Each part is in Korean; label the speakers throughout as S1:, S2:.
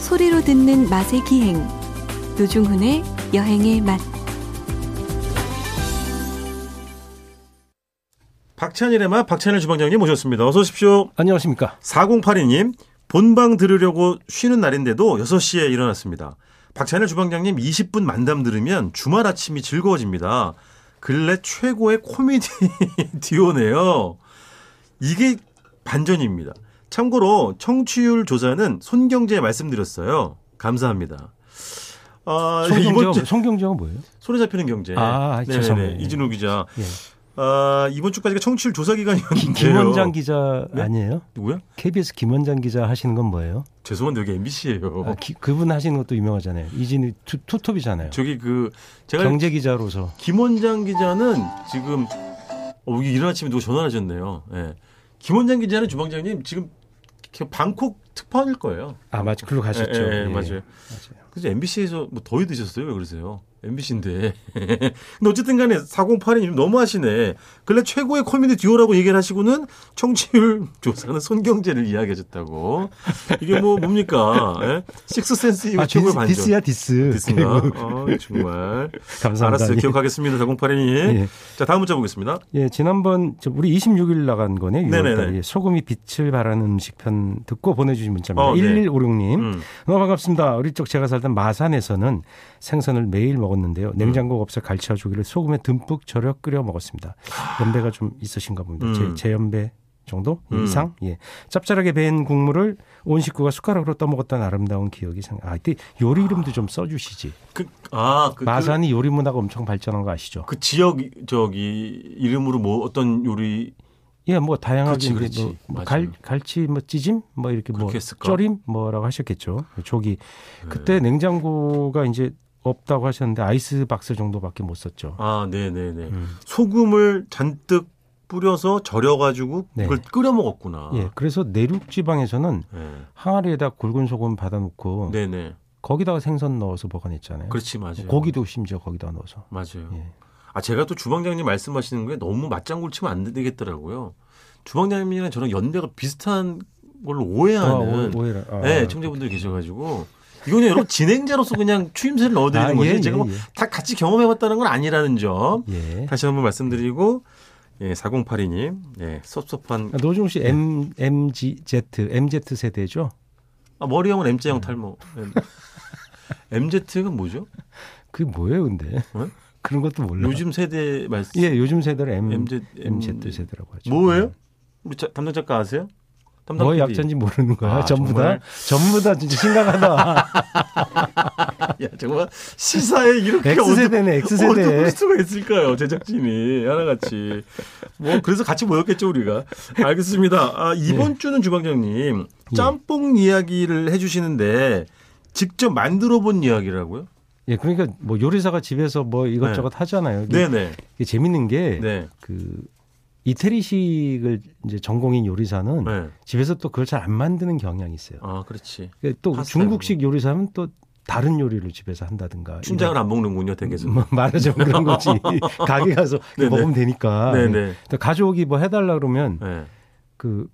S1: 소리로 듣는 맛의 기행 노중훈의 여행의 맛
S2: 박찬일의 맛 박찬일 주방장님 모셨습니다. 어서 오십시오.
S3: 안녕하십니까.
S2: 4082님 본방 들으려고 쉬는 날인데도 6시에 일어났습니다. 박찬일 주방장님 20분 만담 들으면 주말 아침이 즐거워집니다. 근래 최고의 코미디 듀오네요. 이게 반전입니다. 참고로 청취율 조사는 손경제에 말씀드렸어요. 감사합니다. 아,
S3: 송경제가, 뭐- 송경제가 뭐예요?
S2: 손에 잡히는 경제.
S3: 아,
S2: 네네네.
S3: 죄송해요.
S2: 이진우 기자.
S3: 예.
S2: 아, 이번 주까지가 청취율 조사 기간이었는데요.
S3: 김원장 기자
S2: 네?
S3: 아니에요?
S2: 누구야?
S3: KBS 김원장 기자 하시는 건 뭐예요?
S2: 죄송한데 여기 MBC예요.
S3: 아, 기- 그분 하시는 것도 유명하잖아요. 이진이 투, 투톱이잖아요.
S2: 저기 그 제가
S3: 경제 기자로서
S2: 김원장 기자는 지금 어, 여기 이른 아침에 누가 전화를 하셨네요. 예. 김원장 기자는 주방장님 지금 그 방콕 특파원일 거예요.
S3: 아 맞죠. 글로 가셨죠.
S2: 예, 예,
S3: 예.
S2: 맞아요.
S3: 맞아요.
S2: 그래서 MBC에서 뭐 더위 드셨어요? 왜 그러세요? MBC인데. 근데 어쨌든 간에 4082님 너무하시네. 근래 최고의 코미디 듀오라고 얘기를 하시고는 청취율 조사는 손경제를 이야기하셨다고. 이게 뭐 뭡니까? 예? 식스센스 이후
S3: 아,
S2: 최고의
S3: 디스,
S2: 반전.
S3: 디스야 디스.
S2: 디스인가?
S3: 그리고-
S2: 어, 정말.
S3: 감사합니다.
S2: 알았어요.
S3: 예.
S2: 기억하겠습니다. 4082님.
S3: 예.
S2: 자, 다음 문자 보겠습니다.
S3: 예, 지난번 저 우리 26일 나간 거네.
S2: 네네네.
S3: 예, 소금이 빛을 발하는 음식 편 듣고 보내주신 문자입니다.
S2: 어, 네.
S3: 1156님.
S2: 음.
S3: 너무 반갑습니다. 어릴 적 제가 살던 마산에서는 생선을 매일 먹었는데요.
S2: 음.
S3: 냉장고 없어 갈치와 조기를 소금에 듬뿍 절여 끓여 먹었습니다. 연배가 좀 있으신가 봅니다.
S2: 음.
S3: 제, 제 연배 정도
S2: 음.
S3: 이상 예 짭짤하게 배인 국물을 온 식구가 숟가락으로 떠먹었던 아름다운 기억이 생각. 아, 이때 요리 이름도 좀 써주시지.
S2: 그, 아, 그, 그,
S3: 마산이 요리 문화가 엄청 발전한 거 아시죠?
S2: 그 지역, 저기, 이름으로 뭐 어떤 요리
S3: 예, 뭐 다양하게
S2: 그렇지,
S3: 이제
S2: 그렇지.
S3: 뭐, 뭐
S2: 맞아요.
S3: 갈, 갈치 뭐 찌짐 뭐 이렇게 뭐
S2: 그렇게 했을까? 네.
S3: 쩔임 뭐라고 하셨겠죠. 조기 그때 냉장고가 이제 없다고 하셨는데 아이스박스 정도밖에 못 썼죠.
S2: 아, 네네네.
S3: 음.
S2: 소금을 잔뜩 뿌려서 절여가지고
S3: 네.
S2: 그걸 끓여 먹었구나.
S3: 예, 그래서 내륙 지방에서는
S2: 네.
S3: 항아리에다 굵은 소금 받아놓고
S2: 네네.
S3: 거기다가 생선 넣어서 보관했잖아요.
S2: 그렇지, 맞아요.
S3: 예. 고기도 심지어 거기다 넣어서.
S2: 맞아요.
S3: 예.
S2: 아, 제가 또 주방장님 말씀하시는 게 너무 맞장구를 치면 안 되겠더라고요. 주방장님이랑 저랑 연배가 비슷한 걸로 오해하는
S3: 아, 오- 오해라. 아,
S2: 네, 청자분들 계셔가지고 이거 그냥 여러분 진행자로서 그냥 추임새를 넣어드리는
S3: 아,
S2: 거지
S3: 예,
S2: 제가
S3: 예,
S2: 뭐 다 같이 경험해봤다는 건 아니라는 점
S3: 예.
S2: 다시 한번 말씀드리고 예, 4082님 예, 섭섭한
S3: 아, 노중
S2: 네.
S3: 씨 M M G Z M Z 세대죠?
S2: 아, 머리형은 MZ형 탈모 MZ가 뭐죠?
S3: 그게 뭐예요, 근데?
S2: 응?
S3: 그런 것도 몰라.
S2: 요즘 세대 말씀
S3: 예, 요즘 세대를 M,
S2: MZ,
S3: MZ,
S2: MZ
S3: 세대라고 하죠. 네.
S2: 뭐예요? 우리 자- 담당 작가 아세요? 담당
S3: 뭐의
S2: PD.
S3: 약자인지 모르는 거야.
S2: 아,
S3: 전부
S2: 정말.
S3: 다 전부 다 진짜 심각하다.
S2: 아, 야, 정말 시사에 이렇게
S3: X세대네, X세대.
S2: 어떻게 올 수가 있을까요? 제작진이 하나같이. 뭐 그래서 같이 모였겠죠 우리가. 알겠습니다. 아, 이번
S3: 예.
S2: 주는 주방장님 짬뽕 이야기를 해주시는데 직접 만들어본 이야기라고요?
S3: 예, 그러니까 뭐 요리사가 집에서 뭐 이것저것 하잖아요.
S2: 네.
S3: 이게
S2: 네네.
S3: 재밌는 게 그
S2: 네.
S3: 이태리식을 이제 전공인 요리사는
S2: 네.
S3: 집에서 또 그걸 잘 안 만드는 경향이 있어요.
S2: 아 그렇지.
S3: 그러니까 또
S2: 파스타
S3: 중국식 요리사는 또 다른 요리를 집에서 한다든가.
S2: 뭐. 춘장을 안 먹는군요 댁에서.
S3: 뭐 말하자면 그런 거지. 가게 가서
S2: 네네.
S3: 먹으면 되니까.
S2: 네네.
S3: 또 가족이 뭐 해달라 그러면
S2: 네.
S3: 그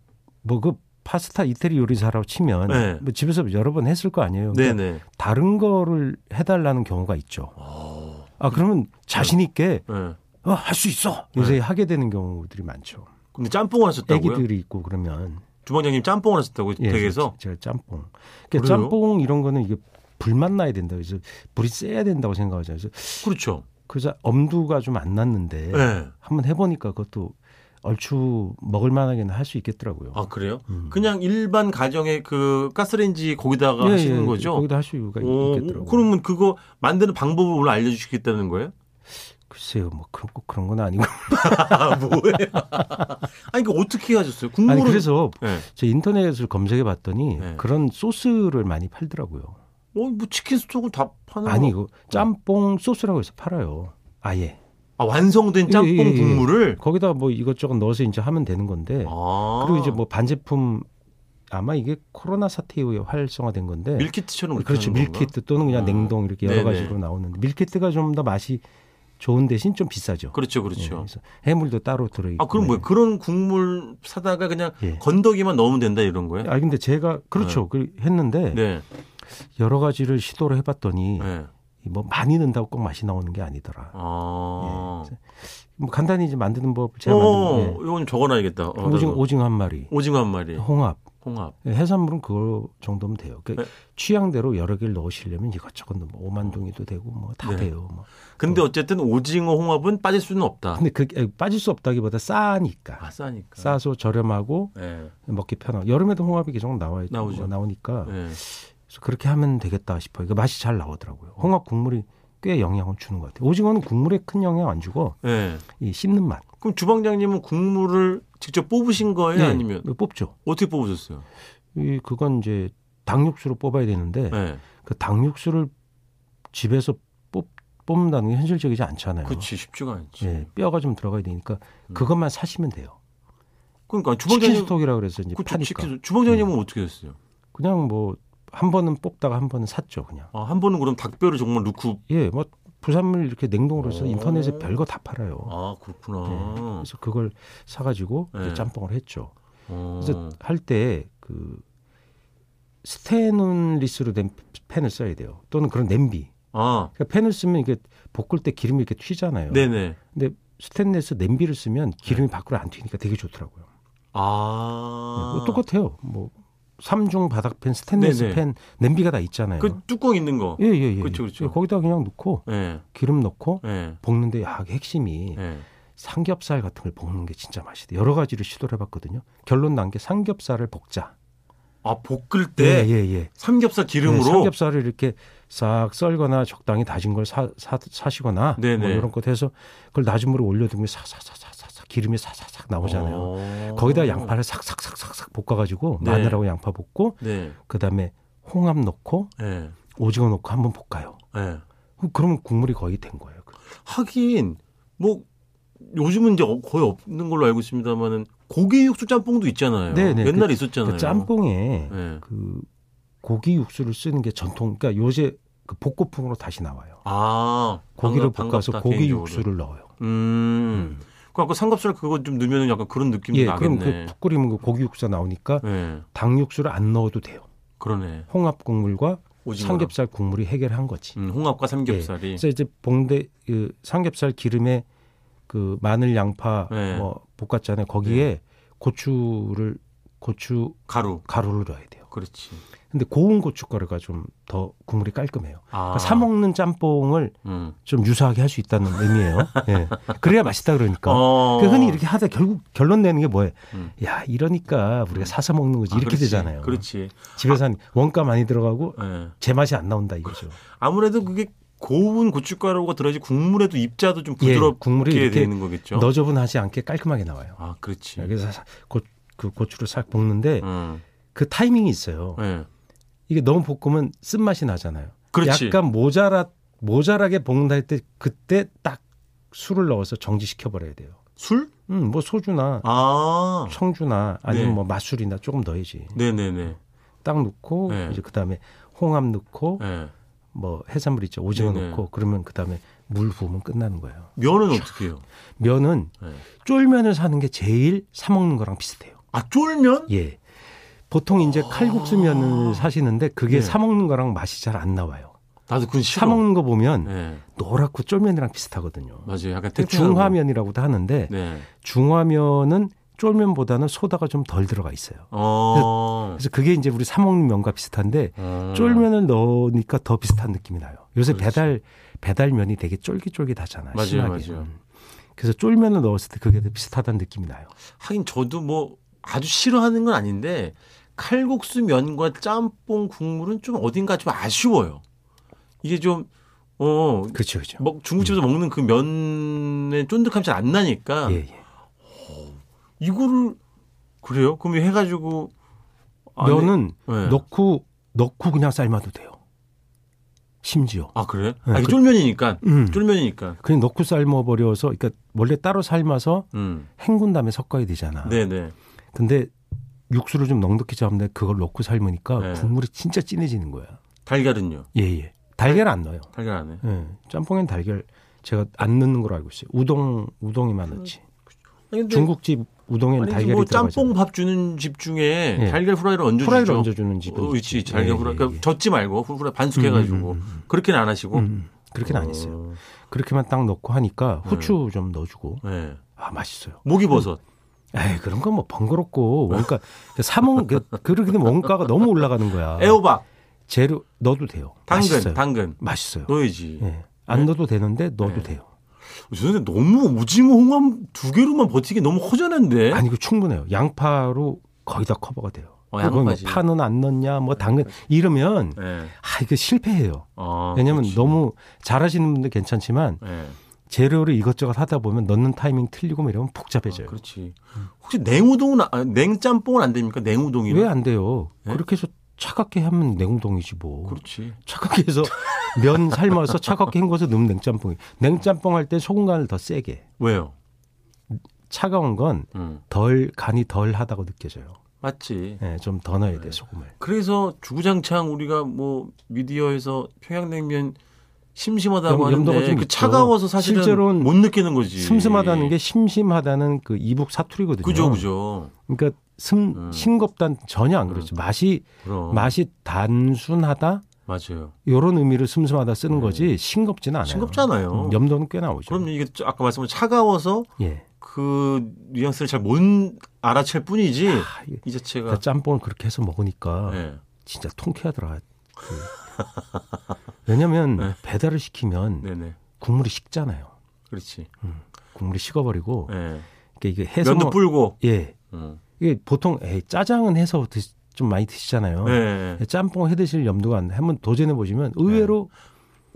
S3: 뭐 그 파스타 이태리 요리사라고 치면
S2: 네.
S3: 뭐 집에서 여러 번 했을 거 아니에요. 그러니까
S2: 네네.
S3: 다른 거를 해달라는 경우가 있죠. 아 그러면 자신 있게
S2: 네.
S3: 할 수 있어 요새 하게 되는 경우들이 많죠.
S2: 근데 짬뽕을 하셨다고요?
S3: 애기들이 있고 그러면
S2: 주방장님 짬뽕을 하셨다고
S3: 예,
S2: 댁에서.
S3: 제가 짬뽕. 그러니까
S2: 그래요?
S3: 짬뽕 이런 거는 이게 불만 나야 된다. 그래서 불이 세야 된다고 생각하죠. 예. 그래서,
S2: 그렇죠.
S3: 그래서 엄두가 좀 안 났는데
S2: 네.
S3: 한번 해보니까 그것도 얼추 먹을 만하게는 할 수 있겠더라고요.
S2: 아 그래요?
S3: 음.
S2: 그냥 일반 가정의 그 가스레인지 거기다가
S3: 예,
S2: 하시는
S3: 예,
S2: 거죠?
S3: 거기다 할 수가 있-
S2: 오,
S3: 있겠더라고요.
S2: 그러면 그거 만드는 방법을 오늘 알려주시겠다는 거예요?
S3: 글쎄요, 뭐 그런 꼭 그런 건 아니고.
S2: 아 뭐예요? 아니 그 어떻게 하셨어요? 국물을
S3: 아니 그래서
S2: 네.
S3: 저 인터넷을 검색해 봤더니
S2: 네.
S3: 그런 소스를 많이 팔더라고요.
S2: 어, 뭐 치킨 스톡을 다 파는
S3: 아니
S2: 거.
S3: 이거 짬뽕 소스라고 해서 팔아요. 아예
S2: 아 완성된 짬뽕
S3: 예, 예, 예.
S2: 국물을
S3: 거기다 뭐 이것저것 넣어서 이제 하면 되는 건데
S2: 아.
S3: 그리고 이제 뭐 반제품 아마 이게 코로나 사태 이후에 활성화된 건데
S2: 밀키트처럼 그렇게
S3: 그렇죠
S2: 하는 건가?
S3: 밀키트 또는 그냥
S2: 아.
S3: 냉동 이렇게 여러
S2: 네네.
S3: 가지로 나오는데 밀키트가 좀 더 맛이 좋은 대신 좀 비싸죠.
S2: 그렇죠,
S3: 예,
S2: 그렇죠.
S3: 그래서 해물도 따로 들어있고.
S2: 아 그럼 뭐예요? 그런 국물 사다가 그냥
S3: 네. 예.
S2: 건더기만 넣으면 된다 이런 거예요?
S3: 아 근데 제가 그렇죠. 그 했는데
S2: 네.
S3: 여러 가지를 시도를 해봤더니
S2: 네.
S3: 이뭐 많이 넣는다고 꼭 맛이 나오는 게 아니더라.
S2: 아.
S3: 예. 뭐 간단히 이제 만드는 법을 제가
S2: 어,
S3: 만드는데
S2: 이건 적어놔야겠다. 네. 어,
S3: 오징어,
S2: 나도.
S3: 오징어 한 마리,
S2: 오징어 한 마리.
S3: 홍합,
S2: 홍합.
S3: 예, 해산물은 그거 정도면 돼요. 그
S2: 네.
S3: 취향대로 여러 개를 넣으시려면 이것저것 뭐 오만둥이도 되고 뭐 다
S2: 네.
S3: 돼요. 뭐.
S2: 근데 어쨌든 오징어 홍합은 빠질 수는 없다.
S3: 근데 그 빠질 수 없다기보다 싸니까
S2: 아, 싸니까.
S3: 싸서 저렴하고
S2: 예.
S3: 먹기 편하고 여름에도 홍합이 계속 나와
S2: 나오죠.
S3: 뭐 나오니까
S2: 예.
S3: 그래서 그렇게 하면 되겠다 싶어요. 그 맛이 잘 나오더라고요. 홍합 국물이 꽤 영향을 주는 것 같아요. 오징어는 국물에 큰 영향 안 주고
S2: 예.
S3: 이 씹는 맛.
S2: 그럼 주방장님은 국물을 직접 뽑으신 거예요?
S3: 예,
S2: 아니면
S3: 뽑죠.
S2: 어떻게 뽑으셨어요?
S3: 이 그건 이제 당육수로 뽑아야 되는데
S2: 예.
S3: 그 당육수를 집에서 뽑 뽑는다는 게 현실적이지 않잖아요.
S2: 그치, 쉽지가 않지.
S3: 예, 뼈가 좀 들어가야 되니까
S2: 음.
S3: 그것만 사시면 돼요.
S2: 그러니까
S3: 치킨
S2: 주방장님.
S3: 스톡이라 그래서 이제
S2: 그
S3: 파니까 예.
S2: 치킨, 주방장님은 어떻게 했어요?
S3: 그냥 뭐 한 번은 뽑다가 한 번은 샀죠 그냥.
S2: 아, 한 번은 그럼 닭뼈를 정말 넣고.
S3: 예, 뭐 부산물 이렇게 냉동으로 해서
S2: 오.
S3: 인터넷에 별거 다 팔아요.
S2: 아, 그렇구나.
S3: 네. 그래서 그걸 사가지고 이제
S2: 네.
S3: 짬뽕을 했죠.
S2: 어.
S3: 그래서 할 때 그 스테인리스로 된 팬을 써야 돼요. 또는 그런 냄비.
S2: 아,
S3: 그러니까 팬을 쓰면 이게 볶을 때 기름이 이렇게 튀잖아요.
S2: 네네. 네.
S3: 근데 스테인리스 냄비를 쓰면 기름이 밖으로 안 튀니까 되게 좋더라고요.
S2: 아.
S3: 네, 뭐 똑같아요. 뭐 삼중 바닥팬, 스테인리스
S2: 네네.
S3: 팬, 냄비가 다 있잖아요.
S2: 그 뚜껑 있는 거.
S3: 예, 예, 예.
S2: 그쵸, 그쵸.
S3: 예, 거기다 그냥 넣고
S2: 예.
S3: 기름 넣고
S2: 예.
S3: 볶는데 야, 이게 핵심이
S2: 예.
S3: 삼겹살 같은 걸 볶는 게 진짜 맛이 돼. 여러 가지를 시도를 해봤거든요. 결론 난 게 삼겹살을 볶자.
S2: 아, 볶을 때
S3: 예, 예, 예.
S2: 삼겹살
S3: 네,
S2: 기름으로
S3: 삼겹살을 이렇게 싹 썰거나 적당히 다진 걸 사, 사, 사시거나
S2: 네네.
S3: 뭐 이런 것 해서 그걸 낮은 물에 올려두면 사사사사사 기름이 사사삭 나오잖아요.
S2: 어.
S3: 거기다 양파를 싹싹싹싹싹 볶아가지고
S2: 네.
S3: 마늘하고 양파 볶고
S2: 네.
S3: 그다음에 홍합 넣고
S2: 예.
S3: 오징어 넣고 한번 볶아요.
S2: 예.
S3: 그럼- 그러면 국물이 거의 된 거예요. 그
S2: 하긴 뭐 요즘은 이제 어, 거의 없는 걸로 알고 있습니다만은 고기 육수 짬뽕도 있잖아요.
S3: 네네.
S2: 옛날에
S3: 그-
S2: 있었잖아요.
S3: 그 짬뽕에
S2: 예.
S3: 그 고기 육수를 쓰는 게 전통. 그러니까 요새 그 볶고풍으로 다시 나와요.
S2: 아,
S3: 고기를
S2: 반갑-
S3: 볶아서
S2: 반갑다,
S3: 고기
S2: 개인적으로.
S3: 육수를 넣어요.
S2: 음. 그 아까 삼겹살 그거 좀 넣으면 약간 그런 느낌도
S3: 예, 그럼
S2: 나겠네.
S3: 그푹 끓이면 그 고기 육수가 나오니까
S2: 예.
S3: 닭 육수를 안 넣어도 돼요.
S2: 그러네.
S3: 홍합 국물과
S2: 오징어랑.
S3: 삼겹살 예. 국물이 해결한 거지.
S2: 음, 홍합과 삼겹살이.
S3: 그래서 이제 봉대 그 삼겹살 기름에 그 마늘, 양파
S2: 네.
S3: 뭐 볶았잖아요. 거기에 고추를 고추
S2: 가루.
S3: 가루를 넣어야 돼요.
S2: 그렇지.
S3: 근데 고운 고춧가루가 좀 더 국물이 깔끔해요.
S2: 아.
S3: 그러니까 사 먹는 짬뽕을
S2: 음.
S3: 좀 유사하게 할 수 있다는 의미예요. 예. 그래야 맛있다 그러니까.
S2: 어.
S3: 그 흔히 이렇게 하다 결국 결론 내는 게 뭐예요?
S2: 음.
S3: 야 이러니까 우리가 사서 먹는 거지
S2: 아,
S3: 이렇게
S2: 그렇지.
S3: 되잖아요.
S2: 그렇지.
S3: 집에서 한 원가 많이 들어가고
S2: 예.
S3: 제 맛이 안 나온다
S2: 그렇죠.
S3: 이거죠.
S2: 아무래도 그게 고운 고춧가루가 들어야지 국물에도 입자도 좀
S3: 예,
S2: 부드럽게
S3: 국물이 이렇게
S2: 되는 거겠죠.
S3: 너저분하지 않게 깔끔하게 나와요.
S2: 아, 그렇지.
S3: 여기서 사- 고, 그 고추를 싹 볶는데
S2: 음.
S3: 그 타이밍이 있어요.
S2: 예.
S3: 이게 너무 볶으면 쓴 맛이 나잖아요.
S2: 그렇지.
S3: 약간 모자라 모자라게 볶는다 할 때 그때 딱 술을 넣어서 정지시켜 버려야 돼요.
S2: 술?
S3: 음, 뭐 소주나
S2: 아.
S3: 청주나 아니면
S2: 네.
S3: 뭐 맛술이나 조금 넣어야지.
S2: 네, 네, 네.
S3: 딱 넣고
S2: 네.
S3: 이제 그다음에 홍합 넣고
S2: 예.
S3: 뭐 해산물 있죠. 오징어
S2: 네네.
S3: 넣고 그러면 그다음에 물 부으면 끝나는 거예요.
S2: 면은 어떻게 해요?
S3: 면은
S2: 예.
S3: 쫄면을 사는 게 제일 사 먹는 거랑 비슷해요.
S2: 아, 쫄면?
S3: 예. 보통 이제 칼국수 면을 사시는데 그게
S2: 아. 네.
S3: 사 먹는 거랑 맛이 잘 안 나와요.
S2: 나도 그건 싫어.
S3: 사 먹는 거 보면
S2: 예.
S3: 노랗고 쫄면이랑 비슷하거든요.
S2: 맞아요. 약간
S3: 그
S2: 탱탱한
S3: 중화면이라고도
S2: 네.
S3: 하는데
S2: 거. 네.
S3: 중화면은 쫄면보다는 소다가 좀 덜 들어가 있어요.
S2: 어.
S3: 그래서 그게 이제 우리 사 먹는 면과 비슷한데
S2: 어.
S3: 그 쫄면을 넣으니까 더 비슷한 느낌이 나요. 요새
S2: 그렇지.
S3: 배달 배달면이 되게 쫄깃쫄깃하잖아요.
S2: 맞아요,
S3: 신하게.
S2: 맞아요.
S3: 음. 그래서 쫄면을 넣었을 때 그게 더 비슷하다는 느낌이 나요.
S2: 하긴 저도 뭐 아주 싫어하는 건 아닌데 칼국수 면과 짬뽕 국물은 좀 어딘가 좀 아쉬워요. 이게 좀 어,
S3: 그렇죠, 그렇죠.
S2: 먹 중국집에서 먹는 그 면의 쫀득함이 잘 안 나니까
S3: 예, 예.
S2: 이거를 그래요? 그럼 이거 해가지고 안에-
S3: 면은
S2: 네.
S3: 넣고 넣고 그냥 삶아도 돼요. 심지어.
S2: 아 그래?
S3: 네,
S2: 아, 이게
S3: 그-
S2: 쫄면이니까
S3: 음.
S2: 쫄면이니까
S3: 그냥 넣고 삶아 버려서 그러니까 원래 따로 삶아서
S2: 음.
S3: 헹군 다음에 섞어야 되잖아.
S2: 네네
S3: 근데 육수를 좀 넉넉히 잡는데 그걸 넣고 삶으니까
S2: 네.
S3: 국물이 진짜 진해지는 거야.
S2: 달걀은요?
S3: 예, 예. 달걀 안 넣어요.
S2: 달걀 안에
S3: 예. 짬뽕엔 달걀 제가 안 넣는 걸로 알고 있어요. 우동 우동에만 넣지.
S2: 아니, 근데
S3: 중국집 우동엔
S2: 그 네. 아니
S3: 달걀이
S2: 뭐
S3: 들어가죠.
S2: 짬뽕 밥 주는 집 중에
S3: 예.
S2: 달걀 후라이를 얹어주죠.
S3: 후라이를 얹어주는 집도
S2: 어, 있지.
S3: 있지.
S2: 달걀
S3: 예,
S2: 후라이.
S3: 예, 음,
S2: 그러니까
S3: 예.
S2: 젓지 말고 후라이 반숙해가지고 그렇게는 안 하시고.
S3: 음, 그렇게는 안 했어요.
S2: 뭐 어, 네.
S3: 그렇게만 딱 넣고 하니까 후추 좀 넣어주고
S2: 예.
S3: 아 맛있어요.
S2: 목이버섯.
S3: 음, 에이 그런 건 뭐 번거롭고 원가 사먹 그 그러기는 원가가 너무 올라가는 거야.
S2: 애호박.
S3: 재료 넣어도 돼요.
S2: 당근.
S3: 음. 맛있어요.
S2: 당근.
S3: 맛있어요.
S2: 넣어야지.
S3: 예. 안 넣어도 되는데 넣어도
S2: 네.
S3: 돼요.
S2: 저는 너무 오징어 홍합 두 개로만 버티기 너무 허전한데.
S3: 아니 그 충분해요. 양파로 거의 다 커버가 돼요.
S2: 어,
S3: 그건 뭐
S2: 양파지. 네,
S3: 파는 안 넣냐 뭐 당근 이러면
S2: 예.
S3: 아 이거 실패해요.
S2: 아,
S3: 왜냐면
S2: 그렇지.
S3: 너무 잘하시는 분들 괜찮지만
S2: 예.
S3: 재료를 이것저것 하다 보면 넣는 타이밍 틀리고 뭐 이러면 복잡해져요.
S2: 아, 그렇지. 혹시 냉우동은 아, 아니, 냉짬뽕은 안 됩니까? 냉우동이.
S3: 왜 안 돼요?
S2: 네?
S3: 그렇게 해서 차갑게 하면 냉동이지 뭐.
S2: 그렇지.
S3: 차갑게 해서 면 삶아서 차갑게 헹궈서 넣으면 냉짬뽕이. 냉짬뽕 할 때 소금 간을 더 세게.
S2: 왜요?
S3: 차가운
S2: 음.
S3: 건 덜 간이 덜하다고 느껴져요.
S2: 맞지.
S3: 예, 좀 더 넣어야
S2: 네.
S3: 돼 소금을.
S2: 그래서 주구장창 우리가 뭐 미디어에서 평양냉면 심심하다고
S3: 염- 염도가
S2: 하는데
S3: 좀
S2: 그
S3: 있죠.
S2: 차가워서 사실은
S3: 실제로는
S2: 못 느끼는 거지.
S3: 슴슴하다는 게 심심하다는 그 이북 사투리거든요.
S2: 예. 그죠, 그죠.
S3: 그러니까 슴
S2: 음. 어.
S3: 싱겁단 전혀 안 그렇죠. 맛이
S2: 그럼
S3: 맛이 단순하다
S2: 맞아요.
S3: 요런 의미를 슴슴하다 쓰는
S2: 음.
S3: 거지 싱겁지는 않아요.
S2: 싱겁잖아요.
S3: 음, 염도는 꽤 나오죠.
S2: 그럼 이게 저- 아까 말씀한 차가워서
S3: 예.
S2: 그 뉘앙스를 잘 못 알아챌 뿐이지
S3: 아, 이게
S2: 이 자체가
S3: 그 짬뽕을 그렇게 해서 먹으니까
S2: 예.
S3: 진짜 통쾌하더라. 그. 왜냐면
S2: 네.
S3: 배달을 시키면
S2: 네네
S3: 국물이 식잖아요.
S2: 그렇지.
S3: 국물이 식어버리고
S2: 예.
S3: 그러니까 이게 해서
S2: 면도
S3: 먹-
S2: 불고.
S3: 예
S2: 음.
S3: 이게 보통 에이, 짜장은 해서 드시- 좀 많이 드시잖아요.
S2: 예.
S3: 짬뽕 해 드실 염두가 안 돼. 한번 도전해 보시면 의외로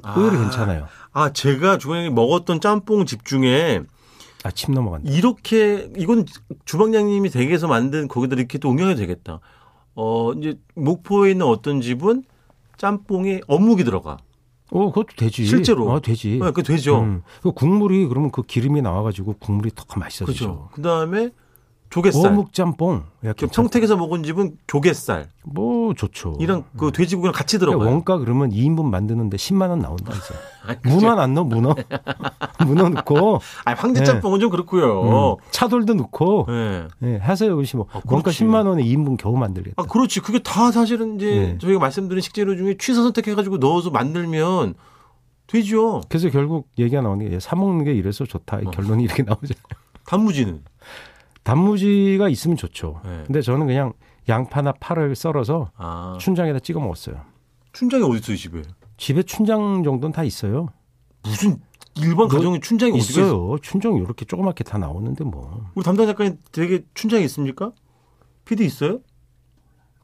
S3: 의외로
S2: 아,
S3: 괜찮아요.
S2: 아 제가 주방장님 먹었던 짬뽕 집 중에
S3: 아침 넘어간다.
S2: 이렇게 이건 주방장님이 댁에서 만든 거기다 이렇게 또 응용해도 되겠다. 어 이제 목포에 있는 어떤 집은 짬뽕에 어묵이 들어가.
S3: 오 그것도 되지.
S2: 실제로.
S3: 아, 되지.
S2: 그 되죠.
S3: 음. 그 국물이 그러면 그 기름이 나와가지고 국물이 더
S2: 그죠.
S3: 맛있어지죠.
S2: 그 다음에 조갯살.
S3: 어묵 짬뽕.
S2: 그
S3: 약간
S2: 평택에서 먹은 집은 조갯살.
S3: 뭐 좋죠.
S2: 이랑 그 돼지고기랑 같이
S3: 그러니까
S2: 들어가요.
S3: 원가 그러면 2인분 만드는데 10만 원 나온다 이제.
S2: 아니, 그죠.
S3: 문어 안 넣어 문어. 문어 넣고
S2: 아니,
S3: 예.
S2: 황제 짬뽕은 좀 그렇고요.
S3: 음, 차돌도 넣고
S2: 예.
S3: 예, 하세요 음식 뭐
S2: 어. 아, 그렇지.
S3: 원가 10만 원에 2인분 겨우 만들겠다.
S2: 아 그렇지. 그게 다 사실은 이제
S3: 예.
S2: 저희가 말씀드린 식재료 중에 취사 선택해가지고 넣어서 만들면 되죠.
S3: 그래서 결국 얘기가 나오는 게 사 먹는 게 이래서 좋다. 이
S2: 어.
S3: 결론이 이렇게 나오죠.
S2: 단무지는.
S3: 단무지가 있으면 좋죠.
S2: 네.
S3: 근데 저는 그냥 양파나 파를 썰어서
S2: 아
S3: 춘장에다 찍어 먹었어요.
S2: 춘장이 어디 있어요 집에?
S3: 집에 춘장 정도는 다 있어요.
S2: 무슨 일반 가정에 춘장이 어디가 있어요?
S3: 있어요. 춘장 이렇게 조그맣게 다 나오는데 뭐.
S2: 우리 담당 작가님 되게 춘장이 있습니까? PD 있어요?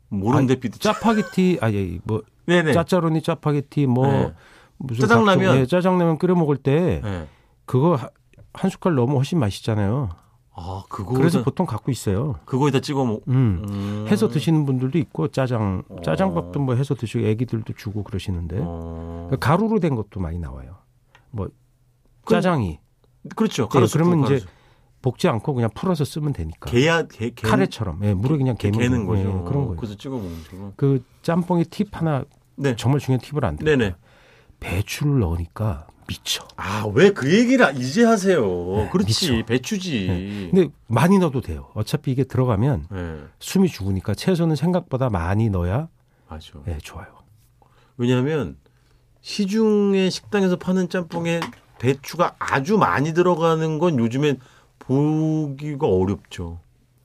S2: 모르는데 PD.
S3: 짜파게티 아예 뭐
S2: 네네.
S3: 짜짜로니 짜파게티 뭐
S2: 네.
S3: 무슨
S2: 짜장라면.
S3: 각종- 예, 짜장라면 끓여 먹을 때
S2: 네.
S3: 그거 하- 한 숟갈 넣으면 훨씬 맛있잖아요.
S2: 아 그거
S3: 그래서 보통 갖고 있어요.
S2: 그거에다 찍어 먹.
S3: 음.
S2: 음.
S3: 해서 드시는 분들도 있고 짜장
S2: 어.
S3: 짜장밥도 뭐 해서 드시고 애기들도 주고 그러시는데
S2: 어.
S3: 그러니까 가루로 된 것도 많이 나와요. 뭐
S2: 그럼-
S3: 짜장이
S2: 그렇죠. 가로수,
S3: 네, 그러면
S2: 가로수.
S3: 이제 볶지 않고 그냥 풀어서 쓰면 되니까
S2: 개야 개, 개
S3: 카레처럼 예, 물에 그냥 개면
S2: 개는
S3: 돼요.
S2: 거죠.
S3: 예, 그런 거예요.
S2: 그래서 찍어 먹는 거고.
S3: 그 짬뽕의 팁 하나
S2: 네.
S3: 정말 중요한 팁을 안 드려요.
S2: 네네.
S3: 배추를 넣으니까 미쳐.
S2: 아 왜 그 얘기를 아- 이제 하세요? 그렇지
S3: 네, 미쳐. 네.
S2: 배추지.
S3: 근데 많이 넣어도 돼요. 어차피 이게 들어가면
S2: 네,
S3: 숨이 죽으니까 채소는 생각보다 많이 넣어야
S2: 맞아.
S3: 예, 좋아요.
S2: 왜냐하면 시중에 식당에서 파는 짬뽕에 배추가 아주 많이 들어가는 건 요즘에 보기가 어렵죠.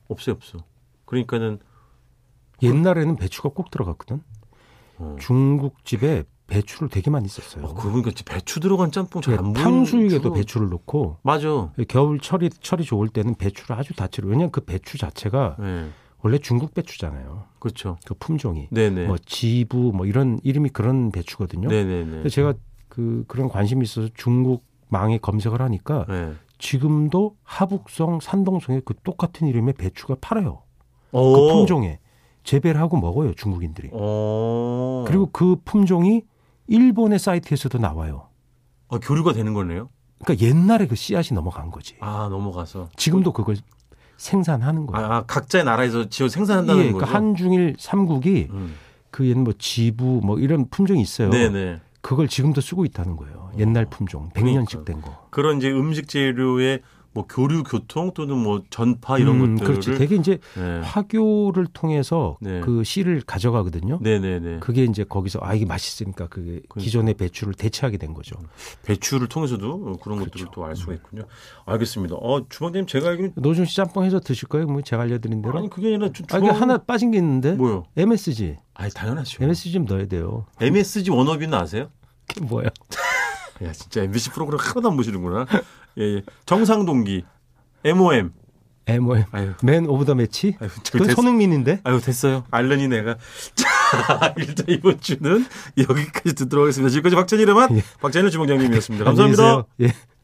S2: 없어요 없어. 그러니까는
S3: 옛날에는 배추가 꼭 들어갔거든.
S2: 어.
S3: 중국집에 배추를 되게 많이 썼어요. 예,
S2: 어, 그러고 보니까 진짜 배추 들어간 짬뽕 잘 안 보이는
S3: 네. 탕수육에도
S2: 주로-
S3: 배추를 넣고 예,
S2: 맞아.
S3: 겨울 철이 철이 좋을 때는 배추를 아주 다채로 왜냐면 그 배추 자체가
S2: 네,
S3: 원래 중국 배추잖아요.
S2: 그렇죠.
S3: 그 품종이
S2: 네네.
S3: 뭐 지부 뭐 이런 이름이 그런 배추거든요.
S2: 네네네.
S3: 그래서 제가 그 그런 관심이 있어서 중국 망에 검색을 하니까
S2: 네.
S3: 지금도 하북성, 산동성에 그 똑같은 이름의 배추가 팔아요. 그
S2: 오.
S3: 품종에 재배를 하고 먹어요 중국인들이.
S2: 어.
S3: 그리고 그 품종이 일본의 사이트에서도 나와요.
S2: 아, 교류가 되는 거네요.
S3: 그러니까 옛날에 그 씨앗이 넘어간 거지.
S2: 아 넘어가서.
S3: 지금도 그걸 생산하는 거예요.
S2: 아, 아, 각자의 나라에서 지어 생산한다는
S3: 예,
S2: 거죠.
S3: 그러니까 한중일 삼국이
S2: 음.
S3: 그 옛날 뭐 지부 뭐 이런 품종이 있어요.
S2: 네네. 어. 그러니까.
S3: 그걸 지금도 쓰고 있다는 거예요. 옛날 품종, 100년씩 된 거.
S2: 그런 이제 음식 재료의 뭐 교류 교통 또는 뭐 전파 이런
S3: 음,
S2: 것들을
S3: 그렇지. 되게 이제
S2: 네.
S3: 화교를 통해서
S2: 네.
S3: 그 씨를 가져가거든요.
S2: 네네네. 그러니까.
S3: 그게 이제 거기서 아 이게 맛있으니까 그게 기존의 배추를 대체하게 된 거죠.
S2: 배추를 통해서도 그런
S3: 그렇죠.
S2: 것들을 또 알 수가
S3: 네.
S2: 있군요. 알겠습니다. 어, 주방장님 제가 알기로는
S3: 노준 씨 짬뽕 해서 드실 거예요? 뭐 제가 알려드린 대로.
S2: 아니 그게 아니라 주,
S3: 아 이게 하나 빠진 게 있는데.
S2: 뭐요?
S3: MSG.
S2: 아니 당연하죠.
S3: MSG 좀 넣어야 돼요.
S2: MSG 워너비는 아세요?
S3: 그게 뭐야?
S2: 야 진짜 MBC 프로그램 하나도 안 보시는구나. 예, 예. 정상동기 MOM.
S3: MOM.
S2: 아유.
S3: 맨 오브 더 매치?
S2: 아유, 저
S3: 그건
S2: 됐-
S3: 손흥민인데?
S2: 아유 됐어요. 알려니 내가. 자 일단 이번 주는 여기까지 듣도록 하겠습니다. 지금까지 박찬일의 맛 박찬일 주방장님이었습니다.
S3: 예. 안녕히
S2: 네, 감사합니다.
S3: 계세요. 예.